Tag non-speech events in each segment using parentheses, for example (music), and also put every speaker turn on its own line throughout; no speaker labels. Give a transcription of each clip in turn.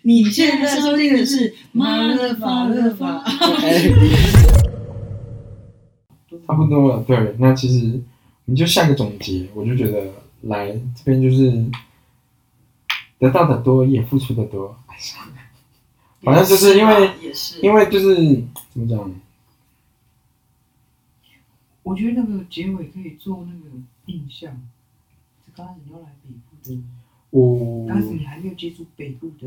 你现在收听的是《马勒法勒法》。
差不多了，对。那其实我们就下个总结，我就觉得来这边就是得到的多，也付出的多。反正就是因为
也是，啊
因为就是怎么讲，
我觉得那个结尾可以做那个印象。就刚开始你要来北部的，
嗯我
当时你还没有接触北部的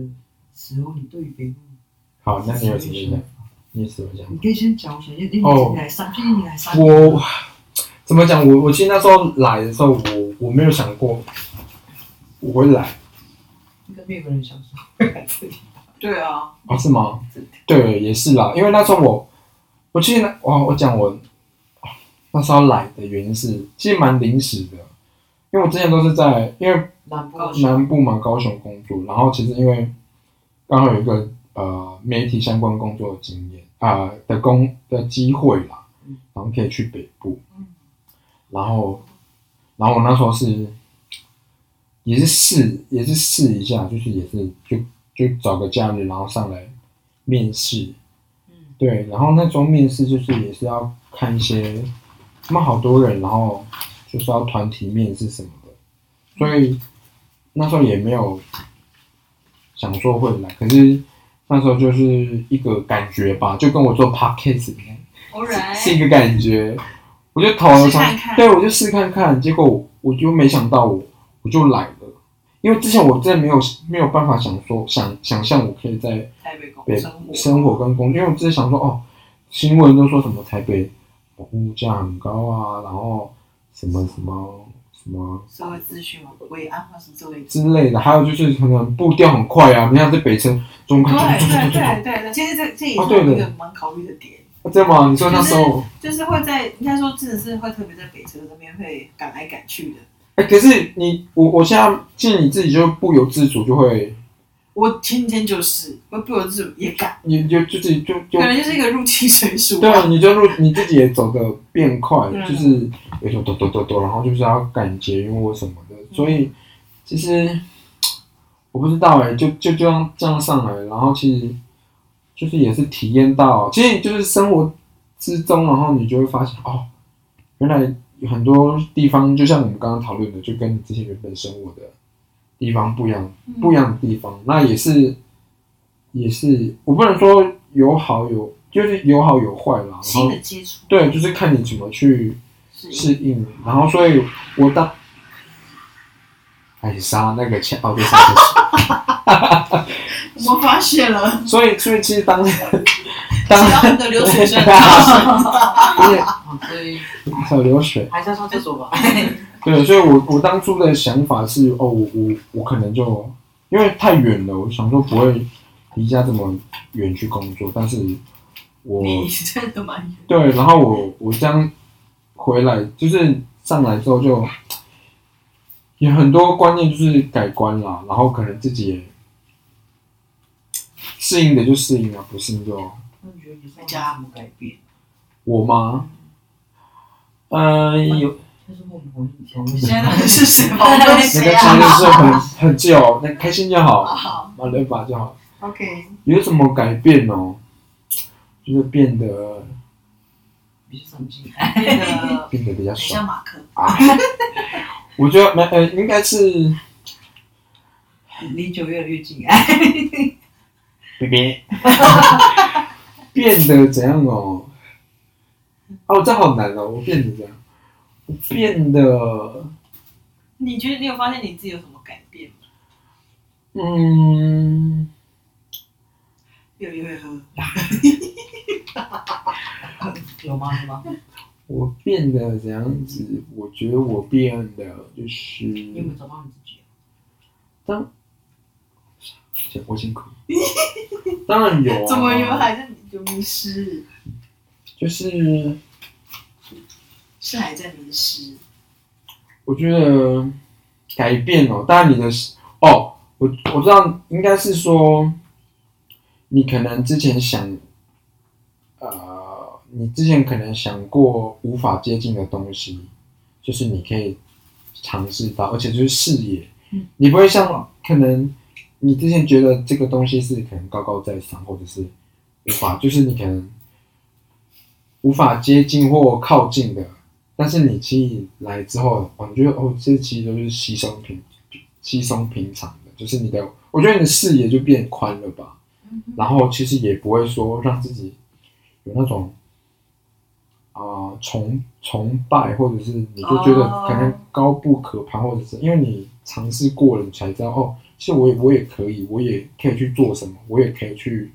时候，你对于北部
好，那你有什
什么
么意
想
见？
法？
你有什么想法
你可以先讲，我想先，因为
哦
你来上，毕竟你来上，
我怎么讲？我我其实那时候来的时候，我我没有想过我会来
应该没有人想说会来这里。
对啊，
啊？是吗？对，也是啦。因为那时候我，我其实那我我讲我那时候来的原因是，其实蛮临时的，因为我之前都是在因为
南部
高雄
南部嘛，高雄工作，然后其实因为刚好有一个呃媒体相关工作的经验啊、的工的机会啦，然后可以去北部，然后然后我那时候是也是试也是试一下，就是也是就就找个假日，然后上来面试，
嗯，
对，然后那时候面试就是也是要看一些，他们好多人，然后就是要团体面试什么的，所以那时候也没有想说会来，可是那时候就是一个感觉吧，就跟我做 podcast 一样，
偶
是一个感觉，我就投了
试
想
看看
对我就试看看，结果我我就没想到我我就来了，因为之前我真的没有没有办法想说想想象我可以在。
台北工
北
生活，
生活跟工作，因为我之前想说，哦，新闻都说什么台北物价很高啊，然后什么什么什么
社会资讯嘛，维安或是之类的。
之类的，还有就是可能步调很快啊，你看这北车中
对
快，
对对对对，其实这这也
哦对
是
的
一个蛮考虑的点，
啊真的吗？你说那时候，
就是会在应该说真的是会特别在北车这边会赶来赶去的。
哎、可是你我我现在见你自己就不由自主就会，
我前几天就是，我不由自主也赶，
你就就自己就就
可能就是一个入侵水鼠
对
吧。
啊，你就路你自己也走的变快，
嗯
就是有时候抖抖抖抖，然后就是要赶捷运或什么的，
嗯
所以其实我不知道哎、就就这样这样上来，然后其实就是也是体验到，其实就是生活之中，然后你就会发现哦，原来有很多地方，就像我们刚刚讨论的，就跟你之前原本生活的地方不一样，不一样的地方，那也是也是，我不能说有好有，就是有好有坏啦。然
新
后
的接触
对，就是看你怎么去
是
适应。然后，所以我当哎杀那个枪哦，对，杀枪
我发现了，
所以所以其实当
只
当
要你的流水声大声，
(laughs) 不是
好，哦所以
小流水，
还是要上厕
(laughs)
所吧。
对，所以我我当初的想法是哦，我我我可能就因为太远了，我想说不会离家这么远去工作，但是我
你真的蛮 (laughs) 远。
对，然后我我这样回来，就是上来之后就有很多观念就是改观啦，然后可能自己也适应的就适应了，啊不适应就
那你觉得你在家有什么改变？
我吗？嗯、有
就是我们红以前
现在到底是谁吗？我们
那
谁
个
啊哦
(laughs) 其实是很很久，那开心就好，
好
马勒法就好。
？OK，
有什么改变哦？就是变得
比较上进，
变得
变得比较
很
爽啊
像。马克，
我觉得没呃，应该是
离九越来越近。哎
别别， (laughs) 变得怎样哦？哦，这好难哦！我变得怎样？我变得，
(laughs) 你觉得你有发现你自己有什么改变吗？
嗯，
有有有有，
有吗？有吗？
嗯
我变得怎样子？我觉得我变得就是，
你有没有找到你自己？
我辛苦。 (laughs) 当然有、啊，
(laughs) 怎么有还在有迷失？
就是
是还在迷失？
我觉得改变哦，当然你的哦，我我知道应该是说，你可能之前想，呃，你之前可能想过无法接近的东西，就是你可以尝试到，而且就是视野，
嗯
你不会像可能你之前觉得这个东西是可能高高在上，或者是无法，就是你可能无法接近或靠近的，但是你其实来之后，哦，你觉得哦，这其实都是稀松平稀松平常的，就是你的，我觉得你的视野就变宽了吧。
嗯哼
然后其实也不会说让自己有那种啊、呃崇崇拜，或者是你就觉得
哦
可能高不可攀，或者是因为你尝试过了，你才知道哦，其实我也我也可以，我也可以去做什么，我也可以去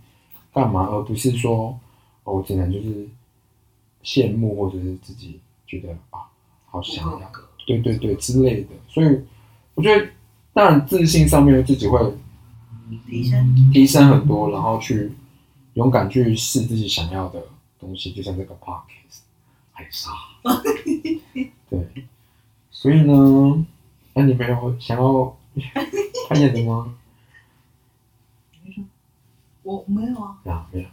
干嘛，而不是说哦，我只能就是羡慕或者是自己觉得啊，好想要。对对对之类的，所以我觉得，当然自信上面自己会
提升，
提升很多，然后去勇敢去试自己想要的东西，就像这个 podcast 还傻。对，所以呢，那、你没有想要 (laughs) 扮演的吗？ (laughs)
我没有啊，
啊，没有。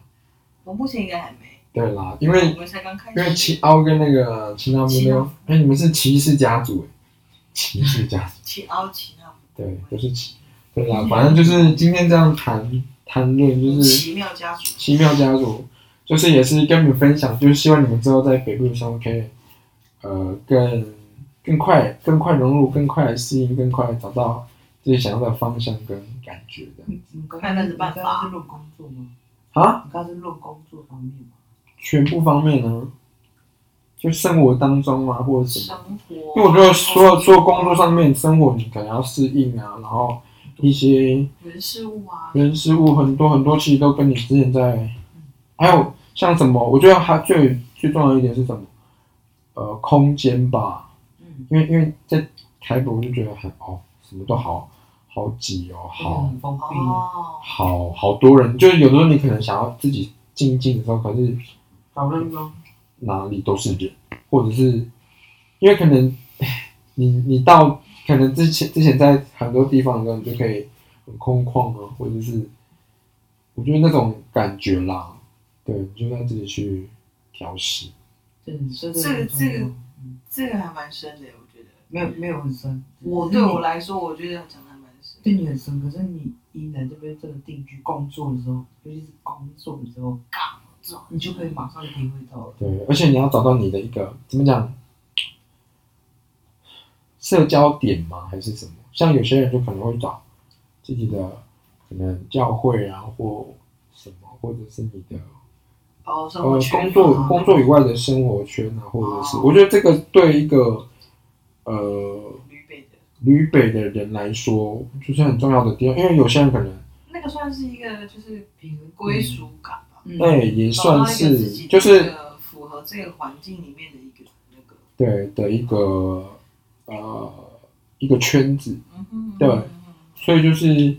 我目前应该还没，
对啦，因为
我们才刚开
因为
始。
七凹跟那个七纳木呢，哎、你们是骑士家族哎，骑士家族。
七凹七那
对，都是奇，对啦，反正就是今天这样谈谈论，就是
奇妙家族，
奇妙家族，就是也是跟你们分享，就是希望你们之后在北部的时候可以，呃，更更快、更快融入、更快适应、更快找到自己想要的方向跟感觉的
你你刚
看
刚
看
你
是办
刚
法
刚是论工作吗？
啊，
你刚刚是论工作方面吗？
全部方面呢，就生活当中啊，或者什么。
生活。
因为我觉得所有做工作上面、生活，你可能要适应啊，然后一些
人事物啊，
人事物很多很多，其实都跟你之前在，还有像什么，我觉得它最最重要的一点是什么？呃，空间吧，
嗯，
因为因为在台北我就觉得很哦，什么都好好挤哦，好
很封闭，
哦，
好好多人，就是有的时候你可能想要自己静静的时候，可是
好热闹。
哪里都是人，或者是因为可能 (sighs) 你你到可能之前之前在很多地方的时候，你就可以很空旷啊，或者是我觉得那种感觉啦，对，你就在自己去调试。
嗯，这个
这个
很重要
这个
嗯
这个还蛮深的，我觉得。
没有没有很深。
我
只是
对
你
我来说，我觉得讲的还蛮深。
对你很深，可是你一来这边真的定居工作的时候，尤其是工作的时候，你就可以马上体会到了。
对，而且你要找到你的一个怎么讲，社交点吗？还是什么？像有些人就可能会找自己的可能教会啊，或什么，或者是你的
哦，生活
呃，
圈
工作
啊
工作以外的生活圈啊，或者是
哦
我觉得这个对一个呃
旅北的
旅北的人来说，就是很重要的地方，因为有些人可能
那个算是一个就是
平衡
归，属感吧，
嗯，
哎、也
找到
算
一个自己
是
的
就是
一个符合这个环境里面的一个那个，
对的一个呃一个圈子，
嗯哼，
对
嗯哼
所以就是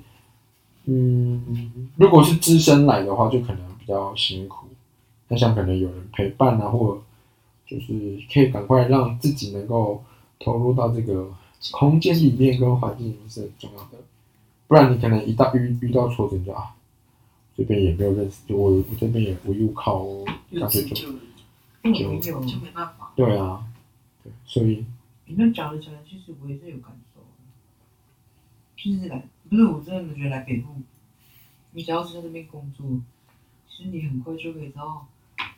嗯，如果是资深来的话，就可能比较辛苦，那像可能有人陪伴啊，或就是可以赶快让自己能够投入到这个空间里面跟环境里面是很重要的，不然你可能一到遇遇到挫折你就啊，这边也没有认识，就我我这边也无依无靠哦，
又
干脆
自
就
救了，
嗯没有，
就没办法，
对啊，对，所以
你们讲着讲着，其实我也是有感受的，就是来，不是我真的觉得来北部，你只要是在这边工作，其实你很快就可以知道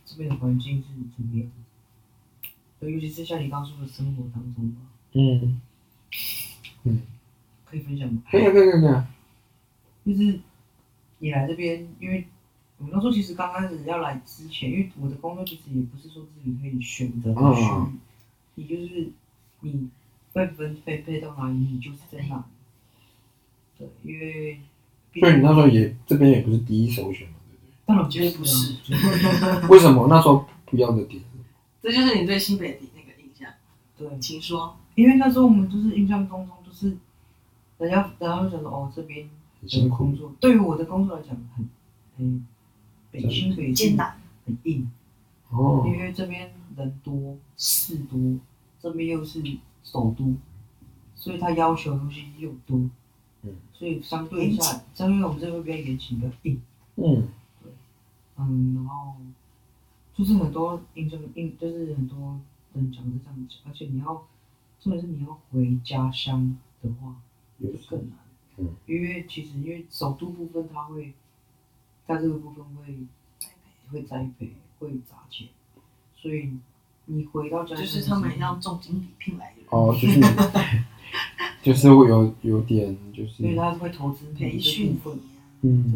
这边的环境是怎么样的，对尤其是像你刚说的生活当中吧，
嗯，
可以分享吗？
可以啊可以啊可以啊，
就是你来这边，因为我那时候其实刚开始要来之前，因为我的工作其实也不是说自己可以选择
嗯
去，你就是你被分配配到哪里，你就是在哪里。对，因为毕
所以你
竟
那时候也这边也不是第一首选嘛，对不
当然
觉得不是
啊，就是
对？为什么那时候不要的点？
这就是你对新北的那个印象，
对，
请说，
因为那时候我们就是印象当中就是，人家然后就想说哦这边
很
的
辛苦
工，作，对于我的工作来讲很很北
就是
京北
艰
京
难，
很硬。
哦，
因为这边人多事多，这边又是首都，所以他要求的东西又多，
嗯，
所以相对下，相对我们这边比较严谨比较硬，
嗯
嗯，然后就是很多硬就硬，就是很多人讲是这样讲，而且你要，重点是你要回家乡的话，
有
就更难，
嗯，
因为其实因为首都部分它会，在这个部分会会栽培会砸钱，所以你回到家
就是他们要重金礼聘来的人，
哦，就是 (laughs) 就是会有有点就
因为
是，
他会投资
培训
部分，
你啊，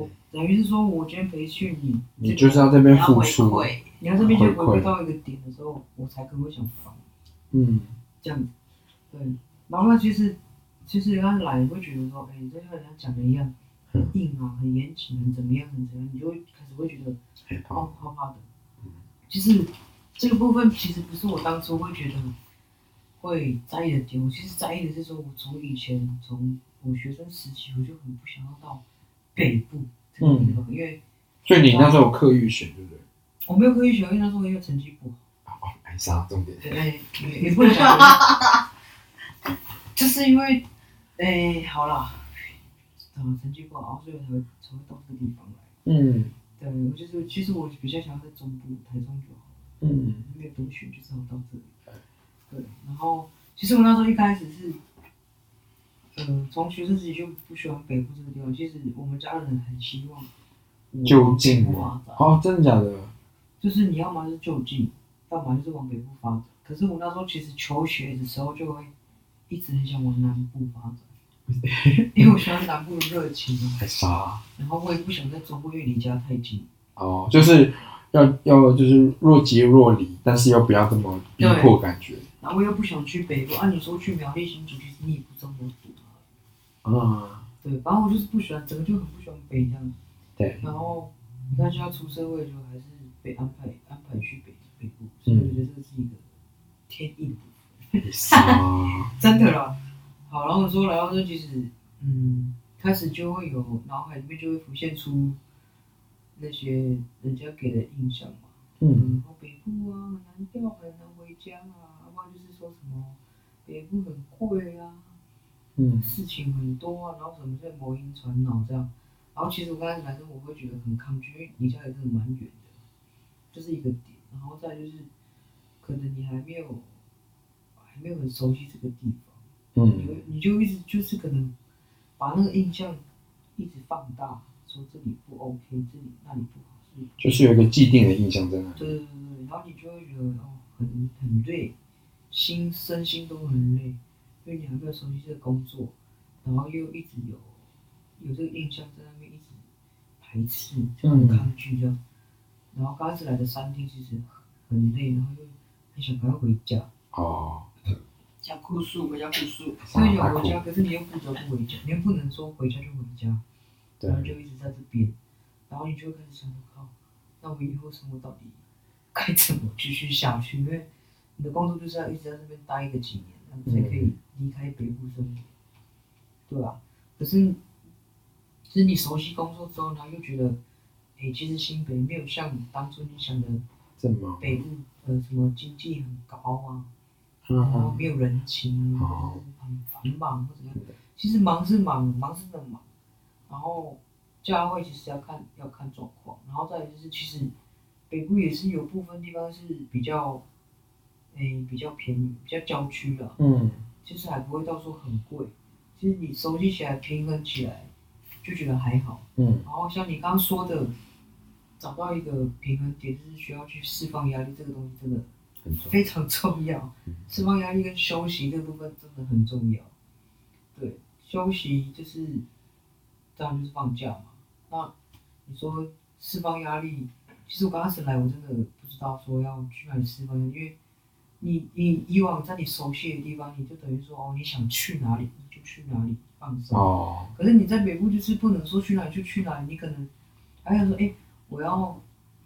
嗯，
等于是说我今天培训你，
你就是要这边
你要
付
回
出，
馈，
你要这边先回
回馈
归到一个点的时候，我才可能会想烦。
嗯，
这样子。对，然后其实其实刚来你会觉得说，哎、这就像人家讲的一样，
嗯
很硬啊，很严谨，很怎么样，很怎么样，你就会开始会觉得
害怕
哦，怕怕的。其实这个部分其实不是我当初会觉得会在意的点，我其实在意的是说，我从以前从我学生时期，我就很不想要到北部这个地
嗯
方，因为
所以你那时候有刻意选，对不对？
我没有科技学，因为那时候我因为成绩不好。
哦，艾莎，重点，
对，也也不能讲，就是因为，哎、好啦，嗯，成绩不好，所以我才会才会到这个地方来。
嗯
对，我就是其实我比较想要在中部，台中就好，
嗯
没有多选，就只好到这里。对，然后其实我那时候一开始是，嗯，从学生时期就不喜欢北部这个地方。其实我们家人很希望我
就近
往
吗
北部发展
哦，真的假的？
就是你要么是就近，要么就是往北部发展。可是我那时候其实求学的时候就会一直很想往南部发展，因为我喜欢南部的热情啊。
艾莎，
然后我也不想在中部，因为离家太近。
哦，就是要要就是若即若离，但是又不要这么逼迫感觉，
然后我又不想去北部，按、理说去苗栗新竹，其实你也不这么堵啊。
嗯，
对，反正我就是不喜欢，整个就很不喜欢北这样。
对，
然后你看现在出社会就还是被安排安排去北北部，所以我觉得这是一个天意的部分。
艾莎，
真的啦。好，然后说，然后就其实，嗯，开始就会有脑海里面就会浮现出那些人家给的印象嘛，
(laughs) 嗯
嗯，哦，北部啊，很难钓，很难回家啊，要不然就是说什么北部很贵啊，
嗯
事情很多啊，然后什么在谋阴传脑这样。然后其实我刚开始来说，我会觉得很抗拒，因为离家里真的蛮远的，这、是一个点。然后再就是，可能你还没有还没有很熟悉这个地方。你
嗯
会你就一直就是可能把那个印象一直放大，说这里不 OK，这里那里不好，所以
就是有一个既定的印象在那里，
对对对对，然后你就会觉得哦很很累，心身心都很累，因为你还没有熟悉这个工作，然后又一直有有这个印象在那边一直排斥，就很抗拒这样。然后刚开始来的三天其实很累，然后又很想赶快回家，
哦，
讲哭诉，我叫哭诉，
艾莎
所以想
她哭
回家，可是你又不得不回家，你又不能说回家就回家。
对
然，后就一直在这边，然后你就会开始想，靠，那我以后生活到底该怎么继续下去？因为你的工作就是要一直在这边待一个几年，然后才可以离开北部生活，对吧、可是，其实你熟悉工作之后，然后又觉得，哎、其实新北没有像你当初你想的
这么，
北部呃什么经济很高啊，然后
嗯
没有人情啊，或者是很繁忙或者怎样。其实忙是忙，忙是真的忙。然后价位其实要看要看状况，然后再来就是其实北部也是有部分地方是比较，诶、比较便宜，比较郊区啦，
嗯
其实还不会到说很贵。其实你熟悉起来，平衡起来，就觉得还好。
嗯
然后像你刚刚说的，找到一个平衡点，就是需要去释放压力，这个东西真的
很重，
非常重要
嗯，
释放压力跟休息这部分真的很重要。对，休息就是当然就是放假嘛。那你说释放压力，其实我刚开始来我真的不知道说要去哪里释放压力，因为你你以往在你熟悉的地方，你就等于说哦你想去哪里你就去哪里放松。
哦，
可是你在北部就是不能说去哪里就去哪里，你可能还想说，哎、我要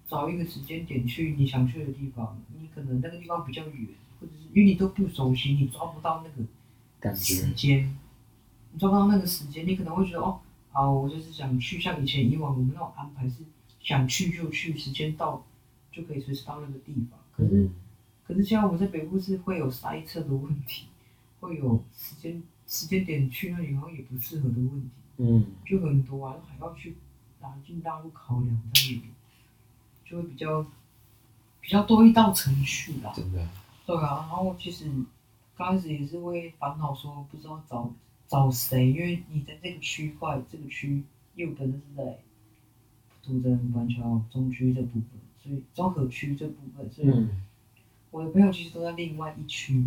找一个时间点去你想去的地方，你可能那个地方比较远，或者是因为你都不熟悉，你抓不到那
感
个时
觉，
间，你抓不到那个时间，你可能会觉得哦，好，我就是想去，像以前以往我们那种安排是想去就去，时间到就可以随时到那个地方。可是
嗯
可是现在我们在北部是会有塞车的问题，会有时间时间点去那里好像也不适合的问题。
嗯
就很多啊，还要去拿进大陆考量在里面，就会比较比较多一道程序啦。
真的，
对啊，然后其实刚开始也是会烦恼说不知道找找谁，因为你的这个区块、这个区，因为我本身是在土城、板桥、中区这部分，所以综合区这部分，所以
嗯
我的朋友其实都在另外一区，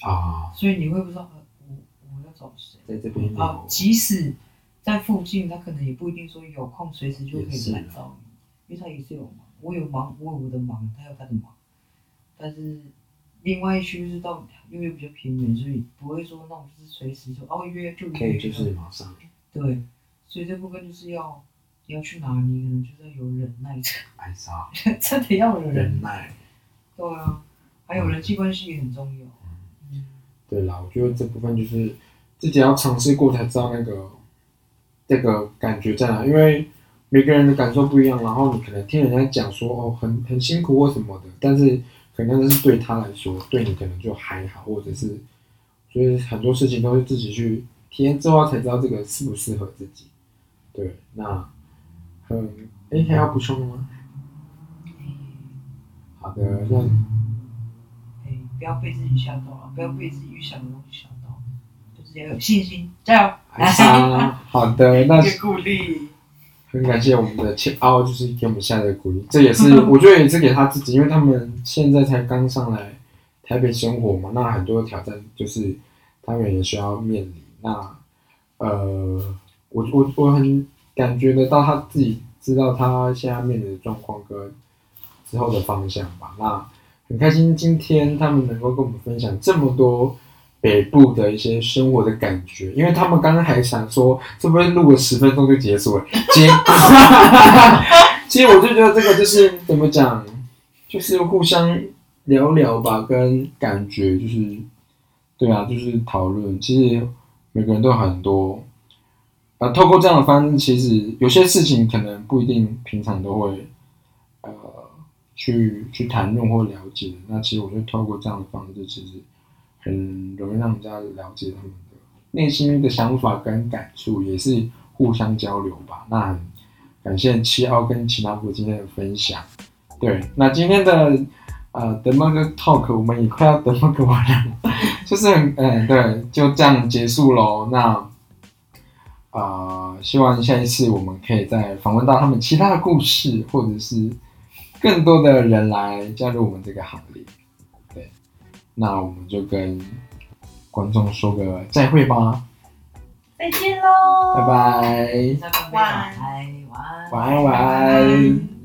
啊，
所以你会不知道呃我我要找谁。
在这边
啊
有，
即使在附近，他可能也不一定说有空随时就可
也
以
是
来
啊
找你，因为他也是有忙，我有忙，我有我的忙，他有他的忙。但是另外一区是到因为比较偏远，所以不会说那种就是随时就哦约就约
可以就是马上
对，所以这部分就是要你要去哪里，可能就是要有忍耐，
爱上
真的 (laughs) 要有忍
忍
耐。
耐。
对啊，还有人际关系也很重要。嗯，
对啦，我觉得这部分就是自己要尝试过才知道那个那个感觉在哪，因为每个人的感受不一样，然后你可能听人家讲说哦很很辛苦或什么的，但是可能那是对他来说，对你可能就还好，或者是所以很多事情都是自己去体验之后才知道这个适不适合自己。对，那嗯，哎，还要补充的吗？
哎
好的，那
哎，不要被自己吓到啊了，不要被自己预想的东西吓到，就是要有信心，加油！
艾莎，好的，那
给鼓励，
很感谢我们的切凹，就是给我们下的鼓励，这也是我觉得也是给他自己，因为他们现在才刚上来台北生活嘛，那很多挑战就是他们也需要面临。那呃，我我我很感觉得到他自己知道他现在面临的状况跟之后的方向吧。那很开心今天他们能够跟我们分享这么多北部的一些生活的感觉，因为他们刚刚还想说，是不是录了十分钟就结束了？结果， (laughs) 其实我就觉得这个就是怎么讲，就是互相聊聊吧，跟感觉就是，对啊，就是讨论。其实每个人都有很多，呃，透过这样的方式，其实有些事情可能不一定平常都会，呃，去去谈论或了解。那其实我觉得透过这样的方式，其实很容易让人家了解他们的内心的想法跟感触，也是互相交流吧。那很感谢七奥跟齐纳夫今天的分享。对，那今天的呃德玛格 talk 我们也快要德玛格完了，就是很嗯对，就这样结束喽。那啊、呃希望下一次我们可以再访问到他们其他的故事，或者是更多的人来加入我们这个行列。对，那我们就跟观众说个再会吧，
再见喽，
拜拜，
啊再拜拜，晚安，晚安
晚安晚安。